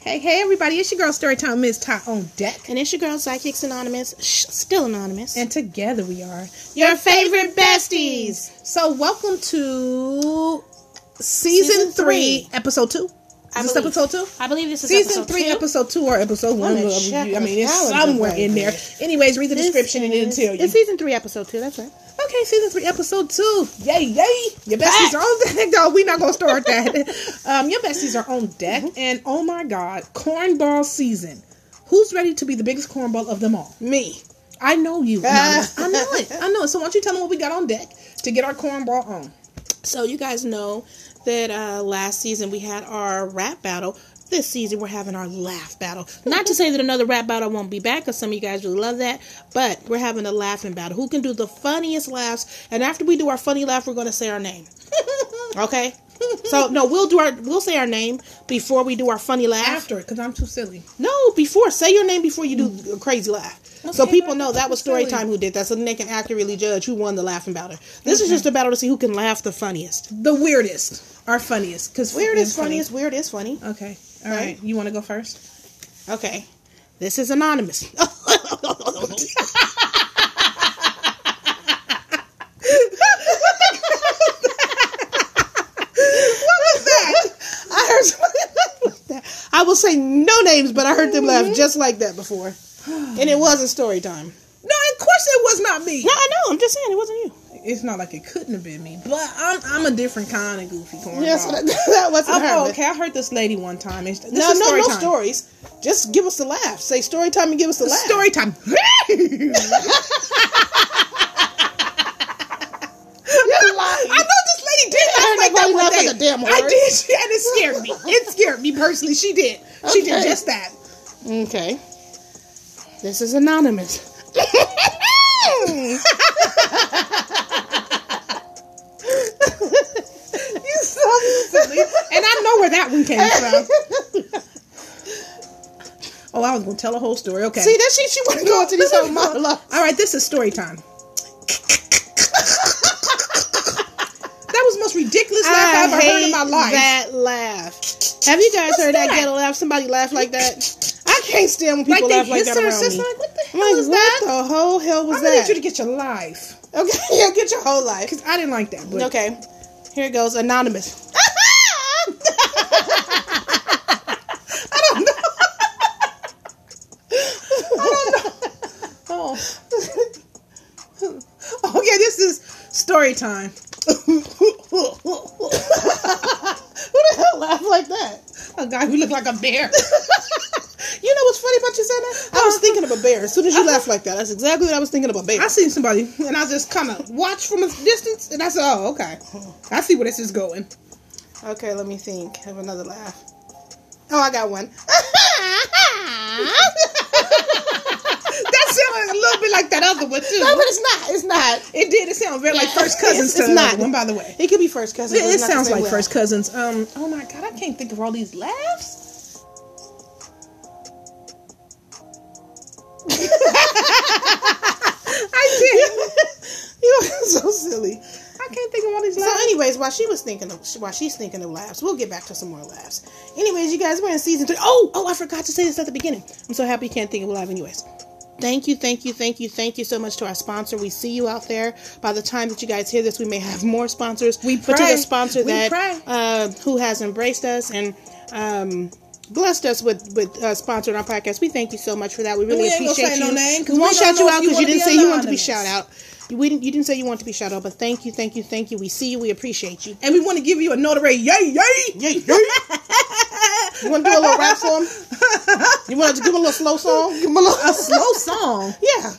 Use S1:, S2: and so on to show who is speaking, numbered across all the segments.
S1: Hey, hey, everybody! It's your girl Storytime Miss Ty on deck,
S2: And it's your girl, Psychics Anonymous, shh, still anonymous.
S1: and together we are
S2: your favorite besties.
S1: So, welcome to season,
S2: Season
S1: three,
S2: three.
S1: episode two. Is
S2: I
S1: this
S2: believe.
S1: episode two?
S2: I believe this is
S1: Season
S2: episode
S1: three,
S2: two.
S1: episode two, or episode one.
S2: Wanna
S1: of-
S2: check
S1: I mean,
S2: the
S1: it's
S2: calendar
S1: somewhere in there.
S2: right
S1: Anyways, read the
S2: This
S1: description and it'll
S2: is-
S1: tell you.
S2: It's season three, episode two. That's right.
S1: Okay, season three, episode two. Yay, yay! Your besties
S2: Facts.
S1: are on deck, though. We're not gonna start that. um, your besties are on deck,
S2: Mm-hmm.
S1: and oh my god, cornball season. Who's ready to be the biggest cornball of them all?
S2: Me.
S1: I know you.
S2: Ah.
S1: Anonymous. I know it. I know it. So why don't you tell them what we got on deck to get our cornball on?
S2: So you guys know that uh, last season we had our rap battle. This season we're having our laugh battle. Not to say that another rap battle won't be back, because some of you guys really love that, but we're having a laughing battle. Who can do the funniest laughs? And after we do our funny laugh, we're going to say our name. Okay? So no, we'll do our we'll say our name before we do our funny laugh.
S1: After, because I'm too silly.
S2: No, before. Say your name before you do a crazy laugh. so
S1: Okay,
S2: people
S1: girl,
S2: know that was
S1: that's silly.
S2: Storytime who did that, so then they can accurately judge who won the laughing battle. This is just a battle to see who can laugh the funniest.
S1: The weirdest, our funniest, because
S2: Weird is funny, it's weird is funny.
S1: Okay, all right.
S2: Right.
S1: You want to go first?
S2: Okay. This is anonymous.
S1: I heard.
S2: I will say no names, but I heard them laugh just like that before. And it wasn't story time.
S1: No, of course it was not me.
S2: No, I know. I'm just saying it wasn't you.
S1: It's not like it couldn't have been me, but I'm I'm a different kind of goofy cornball.
S2: Yes, that, that wasn't her.
S1: Oh,
S2: but-
S1: okay, I heard this lady one time. It's, this
S2: No,
S1: is
S2: no,
S1: story
S2: no
S1: time.
S2: stories. Just give us a laugh. Say story time and give us a laugh.
S1: Story time.
S2: You're
S1: I
S2: lying.
S1: know this lady did laugh
S2: heard
S1: like that
S2: nobody
S1: one
S2: laugh
S1: day.
S2: at a damn
S1: I
S2: word.
S1: did, she- and it scared me. It scared me personally. She did. She did
S2: Okay.
S1: just that.
S2: Okay. This is anonymous.
S1: You so silly. And I know where that one came from. Oh, I was gonna tell a whole story. Okay.
S2: See, that she she want to go into these whole monologue.
S1: All right, this is story time. that was the most ridiculous laugh I, have ever heard in my life.
S2: that laugh. Have you guys
S1: What's
S2: heard that?
S1: that?
S2: ghetto laugh? Somebody laugh like that? I can't stand when
S1: Like
S2: people
S1: they
S2: laugh like
S1: hiss
S2: that
S1: her
S2: around
S1: sister,
S2: me.
S1: like, what the
S2: I'm
S1: hell
S2: like,
S1: is
S2: what
S1: that?
S2: the whole hell was
S1: I'm gonna
S2: that?
S1: need you to get your life.
S2: okay, yeah, get your whole life.
S1: Because I didn't like that. But
S2: Okay, here it goes. Anonymous.
S1: Oh. okay, this is story time.
S2: Who the hell laugh like that?
S1: A guy who looked like a bear.
S2: You know what's funny about you saying that? I was thinking of a bear. As soon as you laugh like that, that's exactly what Uh-huh. I was thinking of a bear.
S1: I seen somebody and I just kind of watched from a distance and I said, oh, okay. I see where this is going.
S2: Okay, let me think. Have another laugh. Oh, I got one.
S1: That sounded a little bit like that other one, too.
S2: no, but it's not. It's not.
S1: It did. It sounded very like first cousins
S2: It's- it's
S1: to the other
S2: not.
S1: one, by the way.
S2: It could be first cousin.
S1: It, it sounds like first cousins. Um. Oh my god, I can't think of all these laughs. I
S2: you are so silly.
S1: can't. I can't think of all these
S2: So,
S1: laughs.
S2: anyways, while she was thinking of while she's thinking of laughs, we'll get back to some more laughs. Anyways, you guys, we're in season three. Oh, oh, I forgot to say this at the beginning. I'm so happy you can't think of live anyways. Thank you, thank you, thank you, thank you so much to our sponsor. We see you out there. By the time that you guys hear this, we may have more sponsors.
S1: We
S2: But to
S1: pray.
S2: the sponsor
S1: We
S2: that
S1: pray.
S2: Uh, who has embraced us and um, blessed us with with uh, sponsoring our podcast, we thank you so much for that. We really
S1: we ain't gonna
S2: appreciate
S1: say no
S2: you.
S1: name 'cause
S2: we won't
S1: we don't
S2: shout you
S1: know if
S2: out
S1: you
S2: because you
S1: wanna
S2: didn't
S1: be
S2: say you wanted to be
S1: anonymous.
S2: shout out. You, we didn't, you didn't say you wanted to be shout out, but thank you, thank you, thank you. We see you. We appreciate you.
S1: And we want to give you a notary. Yay! Yay!
S2: Yay, yay. you want to do a little rap for him? You want to give him a little slow song? Give him a little.
S1: A slow song.
S2: yeah.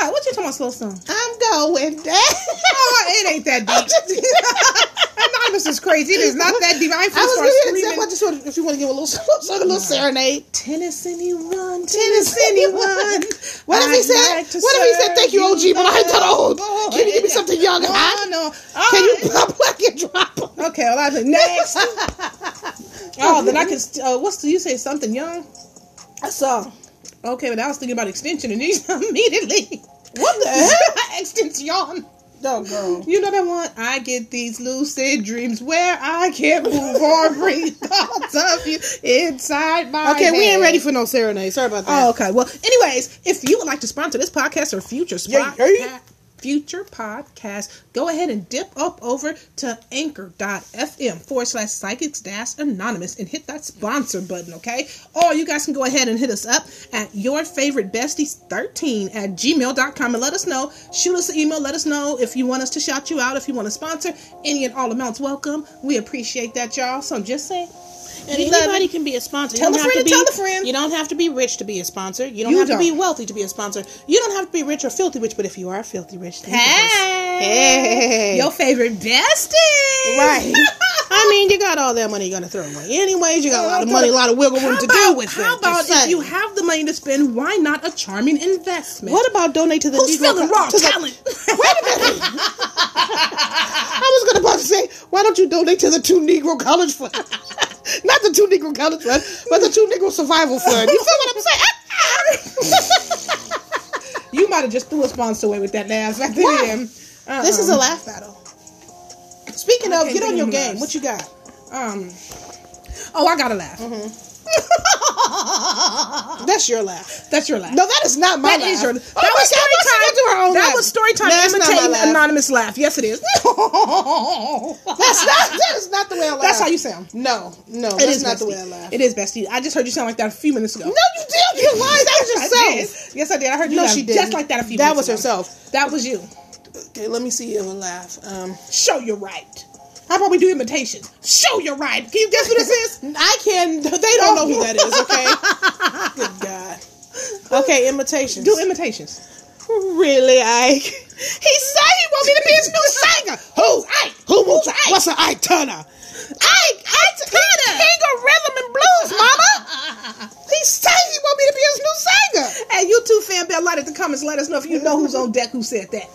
S1: All right, what you talking about? Slow song.
S2: I'm going down.
S1: Oh, it ain't that deep. Anonymous is crazy. It is not that deep. I ain't
S2: I
S1: finna start
S2: was giving an
S1: screaming.
S2: example. I just want, if you want to give a little slow song, a little serenade.
S1: Tennis anyone?
S2: Tennis
S1: Tennis anyone?
S2: What if he
S1: I'd
S2: said?
S1: like to
S2: what if he
S1: serve
S2: said, "Thank you, OG, but I ain't that old.
S1: Oh,
S2: Can you give me something young and
S1: Oh,
S2: hot?
S1: no.
S2: Can
S1: Oh,
S2: you pluck and drop?"
S1: Okay, well, I said next. oh, then I can. st- Uh, what's the, you say? Something young?
S2: That song.
S1: Okay, but I was thinking about extension, and you immediately
S2: What the hell?
S1: extension.
S3: Oh, girl.
S1: You know that one? I get these lucid dreams where I can't move or breathe thoughts of you inside my
S2: Okay, we
S1: head.
S2: ain't ready for no serenade. Sorry about that.
S1: Oh, okay. Well, anyways, if you would like to sponsor this podcast or future spot,
S3: Yeah, yeah.
S1: future podcast, go ahead and dip up over to anchor.fm forward slash psychics dash anonymous and hit that sponsor button, okay? Or you guys can go ahead and hit us up at your favorite besties13 at gmail.com and let us know. Shoot us an email. Let us know if you want us to shout you out, if you want to sponsor. Any and all amounts welcome. We appreciate that, y'all. So I'm just saying.
S2: And
S1: We love
S2: anybody
S1: it.
S2: can be a sponsor. You
S1: Tell
S2: don't
S1: a
S2: have
S1: friend
S2: to
S1: to
S2: be-
S1: tell a friend.
S2: You don't have to be rich to be a sponsor. You don't
S1: You
S2: have to be
S1: don't.
S2: wealthy to be a sponsor. You don't have to be rich or filthy rich. But if you are filthy rich, then
S1: Hey.
S2: Hey.
S1: Your favorite bestie.
S2: Right. I mean, you got all that money you're gonna throw away. Anyways, you got a lot of money, a lot of wiggle room
S1: How
S2: to
S1: about,
S2: do with
S1: how
S2: it. Just
S1: about if
S2: saying.
S1: you have the money to spend, why not a charming investment?
S2: What about donate to the
S1: Who's
S2: Negro
S1: feeling
S2: Cause-
S1: raw
S2: to the-
S1: talent?
S2: I was gonna about to say, why don't you donate to the two Negro College Fund? Not the two Negro College Fund, but the two Negro Survival Fund. You feel what I'm saying?
S1: you might have just threw a sponsor away with that last back then. Uh-uh.
S2: This is a laugh battle. Speaking
S1: I
S2: of,
S1: can't
S2: get
S1: think
S2: on
S1: of
S2: your
S1: no
S2: game.
S1: laughs.
S2: What you got?
S1: um. Oh, I gotta laugh.
S2: Mm-hmm. That's your laugh.
S1: That's your laugh.
S2: No, that is not my
S1: That
S2: laugh.
S1: is your.
S2: Oh
S1: That
S2: my God,
S1: was story
S2: why she
S1: time.
S2: gonna do her own
S1: that
S2: laugh?
S1: was story time.
S2: That's not my
S1: imitating
S2: laugh.
S1: anonymous laugh. Yes, it is.
S2: That's not. That is not the way I laugh.
S1: That's how you sound.
S2: No, no,
S1: It
S2: that's
S1: is
S2: not the
S1: bestie.
S2: way I laugh.
S1: It is bestie. I just heard you sound like that a few minutes ago.
S2: no, you did. You lied. That was
S1: I
S2: yourself.
S1: did. Yes, I did. I heard you
S2: No,
S1: laugh
S2: she did.
S1: just like that a few
S2: That
S1: minutes
S2: was
S1: ago.
S2: herself.
S1: That was you.
S2: Okay, let me see you will laugh. Um,
S1: Show your right. How about we do imitations? Show your right. Can you guess who this is?
S2: I can. They don't know who that is. Okay. Good God. Okay, imitations.
S1: Do imitations.
S2: really, Ike? He said he want me to be his new singer. Who's Ike? Who wants Ike? What's an Ike Turner? Ike, Ike Turner, king of rhythm and blues, mama. He said he want me to be his new singer.
S1: Hey, YouTube fan, bell light at the comments. Let us know if you know who's on deck who said that.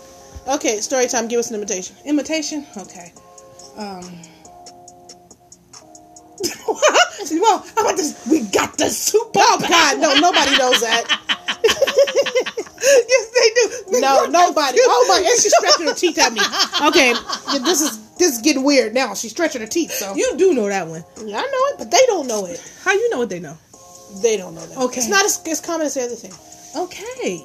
S2: Okay, story time. Give us an imitation.
S1: Imitation? Okay. Um. well, how about this? We got the super.
S2: Oh God, no, nobody knows that.
S1: yes, they do. They
S2: No,
S1: got the
S2: nobody. Oh my, and she's stretching her teeth at me. Okay, this is this is getting weird now. She's stretching her teeth. So
S1: You do know that one.
S2: I know it, but they don't know it.
S1: How you know what they know?
S2: They don't know that.
S1: Okay.
S2: It's not as, as common as the other thing.
S1: Okay.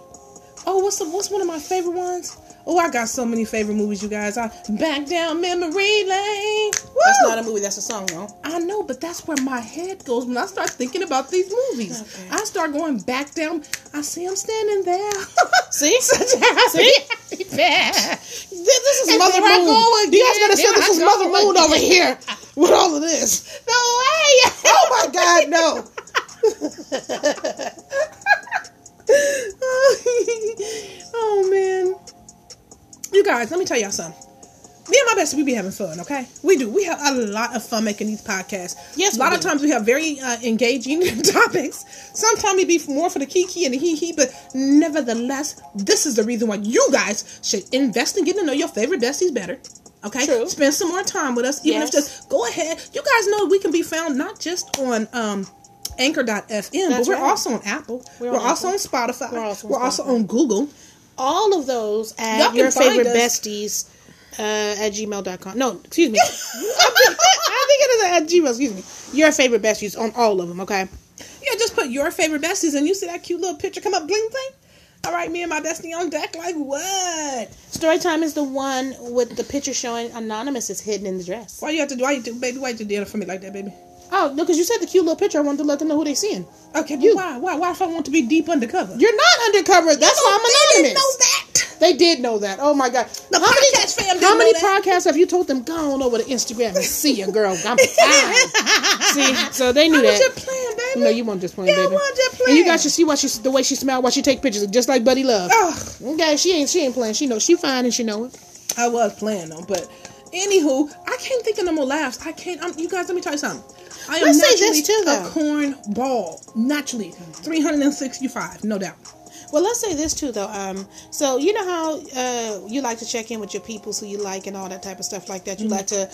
S1: Oh, what's the, what's one of my favorite ones? Oh, I got so many favorite movies, you guys. I back down memory lane. Woo!
S2: That's not a movie. That's a song, though.
S1: I know, but that's where my head goes when I start thinking about these movies.
S2: Okay.
S1: I start going back down. I see him standing there.
S2: See? See?
S1: this,
S2: Th- This is
S1: And
S2: Mother
S1: there I
S2: Moon.
S1: go
S2: You guys better
S1: again.
S2: say
S1: There
S2: this
S1: I
S2: is
S1: go
S2: Mother Moon
S1: again.
S2: over here with all of this.
S1: No way.
S2: Oh my God, no.
S1: oh man. You guys, let me tell y'all something. Me and my bestie, we be having fun, okay? We do. We have a lot of fun making these podcasts.
S2: Yes,
S1: a lot
S2: we
S1: of
S2: do.
S1: times we have very uh, engaging topics. Sometimes we be more for the kiki and the hee hee, but nevertheless, this is the reason why you guys should invest in getting to know your favorite besties better. Okay,
S2: True.
S1: spend some more time with us, even if
S2: Yes.
S1: just go ahead. You guys know we can be found not just on um, Anchor.fm, but
S2: That's
S1: we're
S2: right.
S1: also on Apple. We're,
S2: We're on
S1: also on
S2: Apple.
S1: Spotify. We're
S2: We're
S1: also
S2: also
S1: on,
S2: on
S1: Google.
S2: All of those
S1: Y'all
S2: at
S1: can
S2: your
S1: find
S2: favorite
S1: us.
S2: besties uh, at gmail.com. No, excuse me. I think I think it is at gmail. Excuse me. Your favorite besties on all of them, okay?
S1: Yeah, just put your favorite besties, and you see that cute little picture come up, bling bling. All right, me and my bestie on deck, like what?
S2: Story time is the one with the picture showing Anonymous is hidden in the dress.
S1: Why you have to? Why you do, baby? Why you do it for me like that, baby?
S2: Oh, no, because you said the cute little picture. I wanted to let them know who they seeing.
S1: Okay,
S2: You-
S1: but why? Why? Why if I want to be deep undercover?
S2: You're not undercover. That's why I'm
S1: They
S2: anonymous.
S1: didn't know that.
S2: They did know that. Oh my god.
S1: The
S2: how many,
S1: podcast fam didn't
S2: how many
S1: know that.
S2: podcasts have you told them go on over to Instagram and see your girl? I'm fine. see, so they knew
S1: I was
S2: that.
S1: just playing, baby.
S2: No, you weren't just playing,
S1: Yeah, I
S2: baby.
S1: wasn't just
S2: And you
S1: playing.
S2: guys should see why she the way she smiled while she take pictures, just like Buddy Love.
S1: Ugh.
S2: Okay, she ain't she ain't playing. She knows she fine and she know it.
S1: I was playing though, but anywho, I can't think of no more laughs. I can't. I'm, you guys, let me tell you something. I am
S2: Let's say
S1: naturally
S2: this too,
S1: a
S2: though.
S1: cornball, naturally, 365, no doubt.
S2: Well, let's say this too, though. Um, so you know how uh, you like to check in with your peoples who you like and all that type of stuff like that. You like to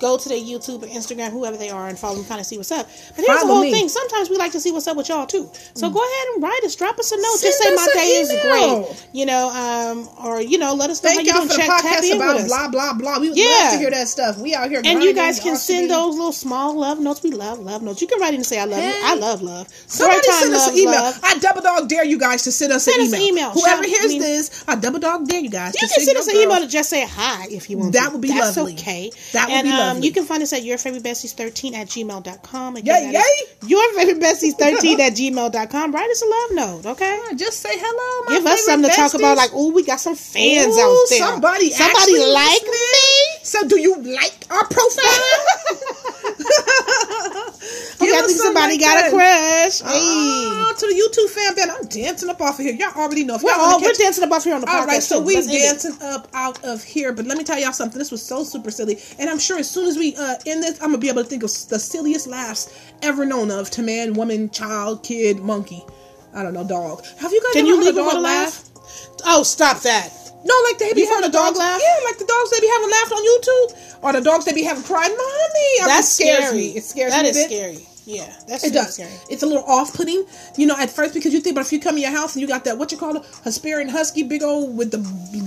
S2: go to their YouTube or Instagram, whoever they are, and follow them, kind of see what's up. But here's the
S1: Follow
S2: whole
S1: me. Mm.
S2: thing. Sometimes we like to see what's up with y'all too. So go ahead and write us, drop us a note, just say
S1: Send
S2: my
S1: us an
S2: day is
S1: email.
S2: great. You know, um, or you know, let us know
S1: Thank
S2: how
S1: y'all
S2: you
S1: for
S2: doing.
S1: the
S2: Check tap
S1: podcast
S2: in with
S1: about
S2: us.
S1: blah blah blah. We would
S2: Yeah.
S1: love to hear that stuff. We out here,
S2: And
S1: grinding,
S2: you guys can
S1: y'all should be-
S2: send those little small love notes. We love love notes. You can write in and say I love you.
S1: Hey.
S2: I love love.
S1: Somebody
S2: Storytime
S1: send us an
S2: loves
S1: email.
S2: love.
S1: I double dog dare you guys to send us
S2: Send
S1: an
S2: us an
S1: email.
S2: email.
S1: Whoever
S2: Shout-
S1: hears
S2: mean-
S1: this, I double dog dare you guys.
S2: You
S1: to
S2: can send
S1: your
S2: us an email
S1: girls-
S2: to just say hi if you want
S1: That
S2: to.
S1: would be
S2: That's
S1: lovely.
S2: okay.
S1: That would
S2: and,
S1: be
S2: Um,
S1: lovely.
S2: you can find us at yourfavorybesties13 at gmail.com.
S1: Yay,
S2: Again, that is Yourfavorybesties13 at gmail.com. Write us a love note, okay?
S1: Just say hello. My
S2: Give us something to
S1: favorite
S2: talk about.
S1: besties.
S2: Like, oh, we got some fans
S1: Ooh,
S2: out there.
S1: somebody
S2: somebody
S1: actually
S2: like
S1: listening.
S2: me.
S1: So, do you like our profile?
S2: Okay,
S1: Give
S2: I
S1: us
S2: think
S1: something
S2: somebody
S1: like
S2: got
S1: that.
S2: a crush. Hey.
S1: Oh, to the YouTube fan fan, I'm dancing up off of here. Y'all already know. If
S2: We're
S1: y'all wanna
S2: all we're
S1: catch-
S2: dancing up off here on the podcast.
S1: All right, so
S2: too.
S1: we
S2: Let's end it.
S1: dancing up out of here. But let me tell y'all something. This was so super silly, and I'm sure as soon as we uh, end this, I'm gonna be able to think of the silliest laughs ever known of to man, woman, child, kid, monkey. I don't know, dog. Have you guys
S2: Can
S1: ever
S2: you
S1: heard
S2: leave
S1: a
S2: it
S1: dog
S2: with a laugh? Oh, stop that.
S1: No, like they be
S2: You
S1: having
S2: heard
S1: the
S2: a dog
S1: dogs.
S2: laugh?
S1: Yeah, like the dogs they be having laughed on YouTube, or the dogs they be having crying. Mommy, I-
S2: That's
S1: it scares
S2: scary.
S1: me. It scares
S2: That
S1: me. a
S2: is
S1: bit.
S2: scary. Yeah, that's
S1: It
S2: super
S1: does.
S2: scary.
S1: It's a little off-putting, you know, at first because you think, but if you come in your house and you got that what you call a Hesperian husky, big old with the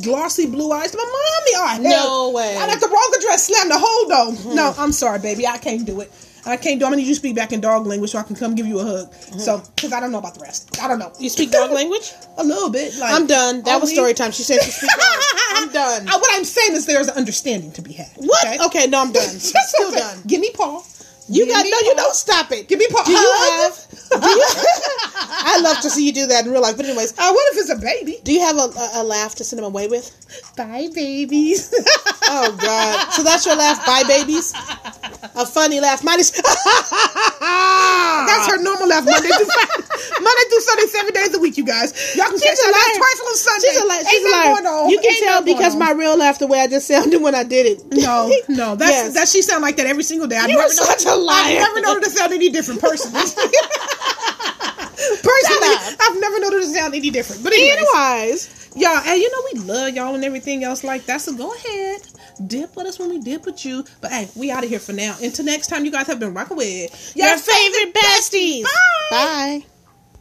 S1: glossy blue eyes, my mommy, oh hell,
S2: No way. Mm-hmm.
S1: I'm at the wrong address, slam the whole door. No, I'm sorry, baby, I can't do it. I can't do. I'm gonna need you to speak back in dog language so I can come give you a hug. So, because I don't know about the rest, I don't know.
S2: Mm-hmm. You speak dog language?
S1: a little bit. Like
S2: I'm done. That was
S1: only-
S2: story time. She said she speak dog. I'm done.
S1: I- Uh, what I'm saying is there's an understanding to be had.
S2: What? Okay, no, I'm done. Still
S1: Okay.
S2: done.
S1: Give me Paul.
S2: You
S1: Give
S2: got
S1: me
S2: no. You
S1: Paul.
S2: don't stop it.
S1: Give me Paul.
S2: Do you
S1: Hug.
S2: have? Do you, I love to see you do that in real life. But anyways,
S1: Uh, what if it's a baby?
S2: do you have a, a, a laugh to send them away with?
S1: Bye, babies.
S2: Oh God! So that's your laugh, bye babies. A funny laugh, minus.
S1: That's her normal laugh Monday through Friday. Monday through Sunday, seven days a week, you guys. Y'all can catch
S2: a
S1: her laugh
S2: liar.
S1: twice on Sunday.
S2: She's a liar. She's
S1: Ain't
S2: a
S1: nothing
S2: liar.
S1: going on.
S2: You can
S1: Ain't
S2: tell
S1: nothing going
S2: because
S1: on.
S2: my real laugh the way I just sounded when I did it.
S1: No, no, that's
S2: Yes.
S1: that. She sound like that every single day. I
S2: You
S1: never
S2: are such a liar.
S1: I never noticed it sound any different personally. personally,
S2: Shut up.
S1: I've never noticed it sound any different. But anyways,
S2: Anyways,
S1: y'all, and you know we love y'all and everything else like that. So go ahead, dip with us when we dip with you. But hey, we out of here for now. Until next time, you guys have been rocking with
S2: your favorite besties.
S1: Bye.
S2: Bye.